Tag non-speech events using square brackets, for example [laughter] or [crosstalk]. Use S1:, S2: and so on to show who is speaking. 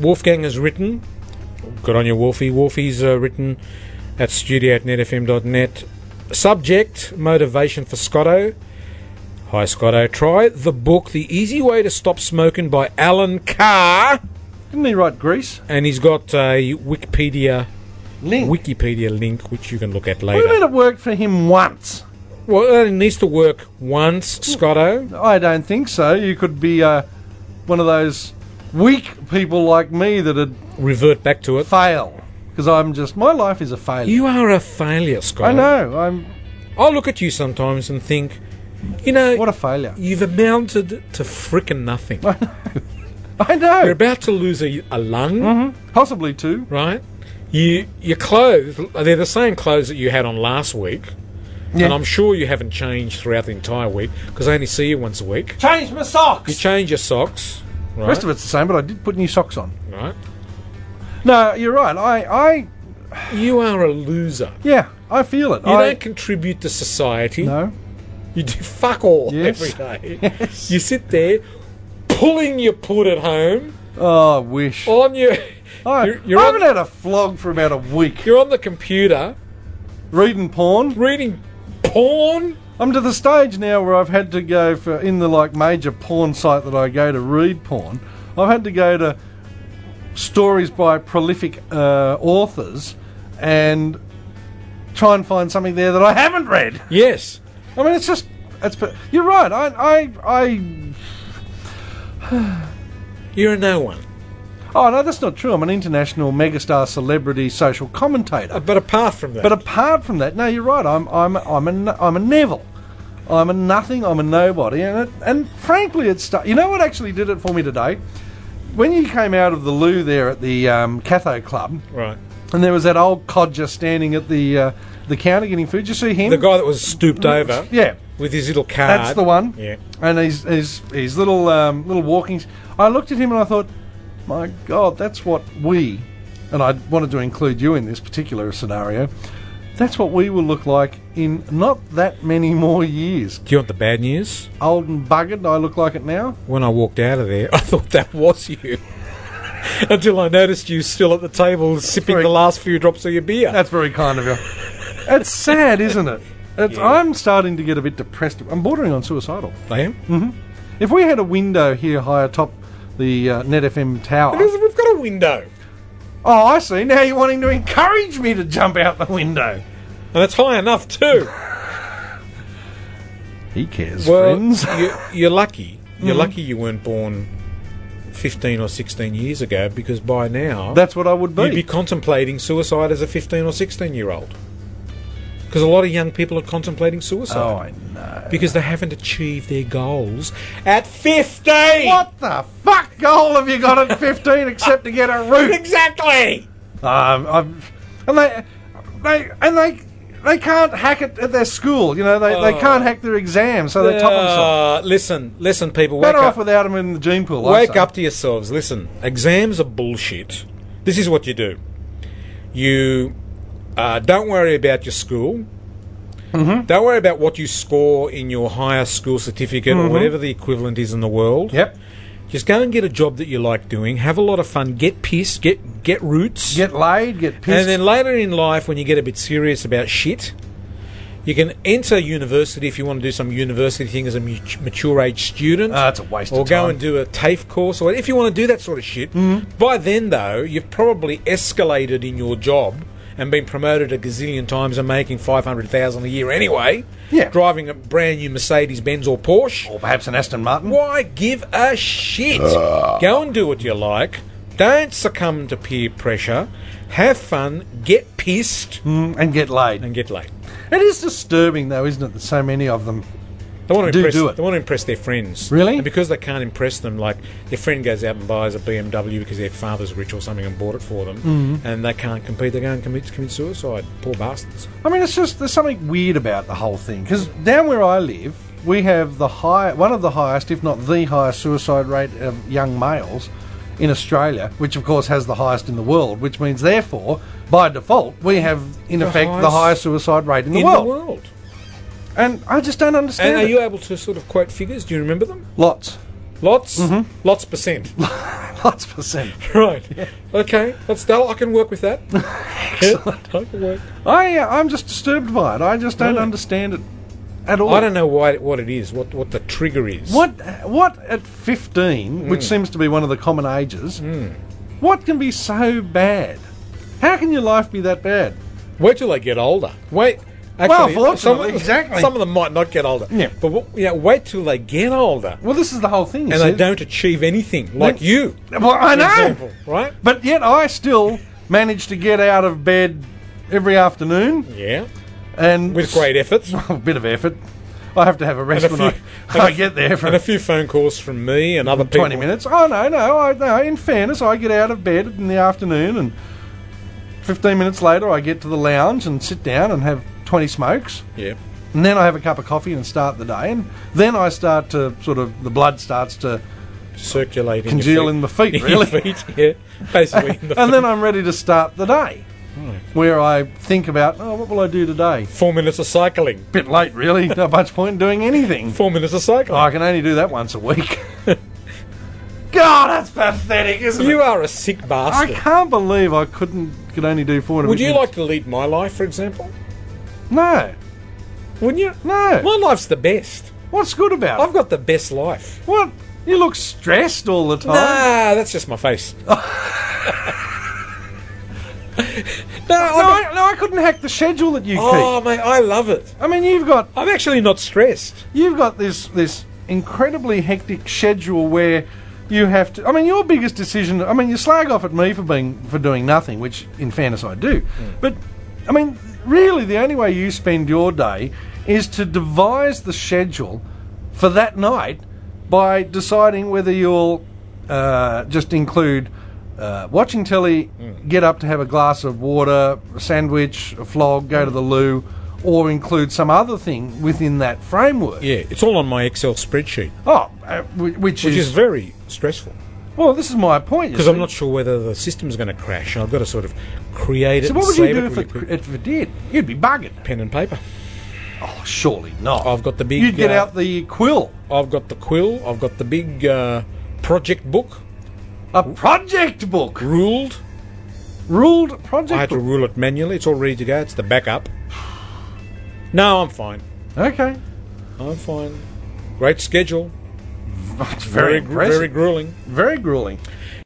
S1: Wolfgang has written. Good on you, Wolfie. Wolfie's uh, written at studio at netfm.net. Subject Motivation for Scotto. Hi, Scotto. Try the book The Easy Way to Stop Smoking by Alan Carr.
S2: Didn't he write Greece?
S1: And he's got a Wikipedia
S2: Link.
S1: Wikipedia link, which you can look at
S2: Wait a minute,
S1: later.
S2: it worked for him once.
S1: Well, it needs to work once, Scotto.
S2: I don't think so. You could be uh, one of those weak people like me that'd
S1: Revert back to it.
S2: fail. Because I'm just, my life is a failure.
S1: You are a failure, Scotto.
S2: I know. I'm
S1: I look at you sometimes and think, you know,
S2: what a failure.
S1: you've amounted to frickin' nothing.
S2: I
S1: You're
S2: know.
S1: about to lose a, a lung,
S2: Mm-hmm. Possibly two.
S1: right? You your clothes they're the same clothes that you had on last week, and I'm sure you haven't changed throughout the entire week because I only see you once a week.
S2: Change my
S1: You
S2: socks.
S1: change your socks, right?
S2: The rest of it's the same, but I did put new socks on.
S1: right?
S2: No, you're right. I, I,
S1: You are a loser.
S2: yeah, I feel it.
S1: You
S2: I,
S1: don't contribute to society.
S2: no.
S1: You do fuck all
S2: [laughs] Yes.
S1: every day. You sit there pulling your put at home
S2: Oh, I wish.
S1: on your. [laughs]
S2: I,
S1: you're, you're
S2: I
S1: on,
S2: haven't had a flog for about a week.
S1: you're on the computer
S2: Reading porn.
S1: reading porn.
S2: I'm to the stage now where I've had to go for in the like major porn site that I go to read porn. I've had to go to stories by prolific uh, authors and try and find something there that I haven't read.
S1: Yes.
S2: I mean, it's just it's. per- You're right. I I I.
S1: You're a no one.
S2: Oh no, that's not true. I'm an international megastar celebrity social commentator.
S1: Uh, But apart from that,
S2: But apart from that, no, you're right. I'm I'm I'm a no- I'm a Neville. I'm a nothing. I'm a nobody. And it, and frankly, it's stu- you know what actually did it for me today. When you came out of the loo there at the um, Catho Club,
S1: right.
S2: and there was that old codger standing at the uh, the counter getting food. You see him?
S1: The guy that was stooped over
S2: Mm. yeah.
S1: with his little card.
S2: That's the one.
S1: Uh, Yeah.
S2: And his his his little um, little walkings. I looked at him and I thought, my God, that's what we, and I wanted to include you in this particular scenario. That's what we will look like in not that many more years.
S1: Do you want the bad news?
S2: Old and buggered, I look like it now.
S1: When I walked out of there, [laughs] I thought that was you. [laughs] Until I noticed you still at the table sipping
S2: Very-
S1: the last few drops of your beer.
S2: That's very kind of you. it's sad, isn't it? It's, I'm starting to get a bit depressed. I'm bordering on suicidal.
S1: I am.
S2: Mm. If we had a window here high atop the uh, Net FM tower,
S1: Because We've got a window.
S2: Oh, I see. Now you're wanting to encourage me to jump out the window.
S1: And it's high enough
S2: [laughs]
S1: too.
S2: He cares,
S1: Well,
S2: friends. Mm.
S1: you, you're lucky. You're lucky you weren't born 15 or 16 years ago because by now
S2: That's what I would be.
S1: you'd be contemplating suicide as a 15 or 16 year old. Because a lot of young people are contemplating
S2: oh,
S1: suicide [laughs]
S2: I know.
S1: because they haven't achieved their goals at 15.
S2: What the fuck goal have you got at 15 except to get
S1: [laughs]
S2: a root?
S1: Exactly.
S2: Um, I've, and they, they, and they, they can't hack it at their school. You know, they,
S1: Oh.
S2: they can't hack their exams, so they top themselves.
S1: Uh, listen, listen, people. Wake
S2: Better off
S1: up.
S2: without them in the gene pool. I
S1: Wake
S2: say.
S1: up to yourselves. Listen, exams are bullshit. This is what you do. You uh, don't worry about your school.
S2: Mm-hmm.
S1: Don't worry about what you score in your higher school certificate
S2: Mm-hmm.
S1: or whatever the equivalent is in the world.
S2: Yep.
S1: Just go and get a job that you like doing. Have a lot of fun. Get pissed. Get get roots.
S2: Get laid, get pissed.
S1: And then later in life, when you get a bit serious about shit, you can enter university if you want to do some university thing as a mat- mature age student.
S2: Ah, it's a waste
S1: Or
S2: of
S1: go
S2: time. Mm-hmm.
S1: and do a TAFE course, or if you want to do that sort of shit. By then, though, you've probably escalated in your job and been promoted a gazillion times and making 500000 a year anyway.
S2: Yeah.
S1: Driving a brand new Mercedes Benz or Porsche.
S2: or perhaps an Aston Martin.
S1: Why give a shit?
S2: Ah.
S1: Go and do what you like. Don't succumb to peer pressure. Have fun, get pissed,
S2: Mm, and get laid.
S1: and get laid.
S2: It is disturbing, though, isn't it, that so many of them
S1: They want to
S2: Do
S1: impress.
S2: do it.
S1: They want to impress their friends.
S2: Really?
S1: And because they can't impress them, like their friend goes out and buys a BMW because their father's rich or something and bought it for them,
S2: Mm-hmm.
S1: and they can't compete. They go and commit commit suicide. Poor bastards.
S2: I mean, it's just there's something weird about the whole thing because down where I live, we have the high, one of the highest, if not the highest, suicide rate of young males in Australia, which of course has the highest in the world. Which means, therefore, by default, we have in
S1: The
S2: effect the
S1: highest-
S2: highest suicide rate in the,
S1: In
S2: world.
S1: the world.
S2: And I just don't understand.
S1: And are
S2: it.
S1: you able to sort of quote figures? Do you remember them?
S2: Lots.
S1: Lots, lots percent.
S2: [laughs] Lots of percent.
S1: Right. Okay. That's that. I can work with
S2: [laughs]
S1: that. Yeah, I can work.
S2: I, uh, I'm just disturbed by it. I just don't
S1: Really?
S2: understand it at all.
S1: I don't know why what it is. What what the trigger is.
S2: What, what at 15,
S1: Hmm.
S2: which seems to be one of the common ages, what can be so bad? How can your life be that bad?
S1: Wait till they get older. Wait.
S2: Well,
S1: Actually,
S2: fortunately,
S1: some of them,
S2: exactly.
S1: Some of them might not get older.
S2: Yeah.
S1: But w- yeah, wait till they get older
S2: Well, this is the whole thing. you
S1: and they
S2: see.
S1: don't achieve anything like you.
S2: Well, I
S1: for
S2: know.
S1: example, right?
S2: But yet I still manage to get out of bed every afternoon
S1: Yeah.
S2: and
S1: With great efforts.
S2: [laughs] a bit of effort. I have to have a rest
S1: And a
S2: when
S1: few-
S2: I,
S1: and
S2: I
S1: a-
S2: get there
S1: and
S2: for
S1: a few phone calls from me and other people.
S2: twenty minutes. Oh no, no, I, no. In fairness, I get out of bed in the afternoon, and fifteen minutes later, I get to the lounge and sit down and have twenty smokes,
S1: Yeah.
S2: and then I have a cup of coffee and start the day, and then I start to sort of the blood starts to,
S1: Circulating. [laughs]
S2: Congeal in the feet, really.
S1: feet, yeah. Basically in the
S2: [laughs] and
S1: feet.
S2: then I'm ready to start the day,
S1: Hmm.
S2: where I think about, oh, what will I do today?
S1: Four minutes of cycling.
S2: Bit late, really. [laughs] Not much point in doing anything.
S1: Four minutes of
S2: Oh,
S1: cycling.
S2: I can only do that once a week. [laughs] God, that's pathetic, isn't
S1: you
S2: it?
S1: are a sick
S2: I
S1: bastard.
S2: can't believe I couldn't could only do four. and a
S1: Would
S2: bit
S1: you
S2: minutes.
S1: like to lead my life, for example?
S2: No,
S1: Wouldn't you?
S2: no.
S1: My life's the best.
S2: What's good about
S1: I've
S2: it?
S1: got the best life.
S2: What? You look stressed all the time.
S1: Nah, that's just my face. Oh. [laughs] no,
S2: No,
S1: I'm,
S2: I, no, I couldn't hack the schedule that you
S1: oh mate, I love it.
S2: keep. I mean, you've got
S1: I'm actually not stressed.
S2: you've got this this incredibly hectic schedule where you have to. I mean, your biggest decision. I mean, you slag off at me for being for doing nothing, which in fairness I do. But I mean, really, the only way you spend your day is to devise the schedule for that night by deciding whether you'll uh, just include. Uh, watching telly, get up to have a glass of water, a sandwich, a flog, go to the loo, or include some other thing within that framework.
S1: Yeah, it's all on my Excel spreadsheet,
S2: Oh, uh, whi- which,
S1: which
S2: is,
S1: is very stressful
S2: well. This is my point. you
S1: because I'm
S2: see.
S1: not sure whether the system's going to crash. I've got to sort of create it.
S2: So
S1: and
S2: what would you
S1: save
S2: do
S1: it
S2: if
S1: really
S2: it,
S1: quick.
S2: if it did? You'd be buggered.
S1: pen and paper?
S2: Oh, surely not.
S1: I've got the big,
S2: You'd get
S1: uh,
S2: out the quill,
S1: I've got the quill. I've got the big uh, project book
S2: a project book,
S1: ruled.
S2: ruled
S1: I had
S2: project
S1: to
S2: book.
S1: rule it manually. It's all ready to go. It's the backup. No, I'm fine.
S2: Okay, [laughs]
S1: I'm fine. Great schedule.
S2: that's very
S1: very
S2: impressive.
S1: grueling.
S2: Very grueling.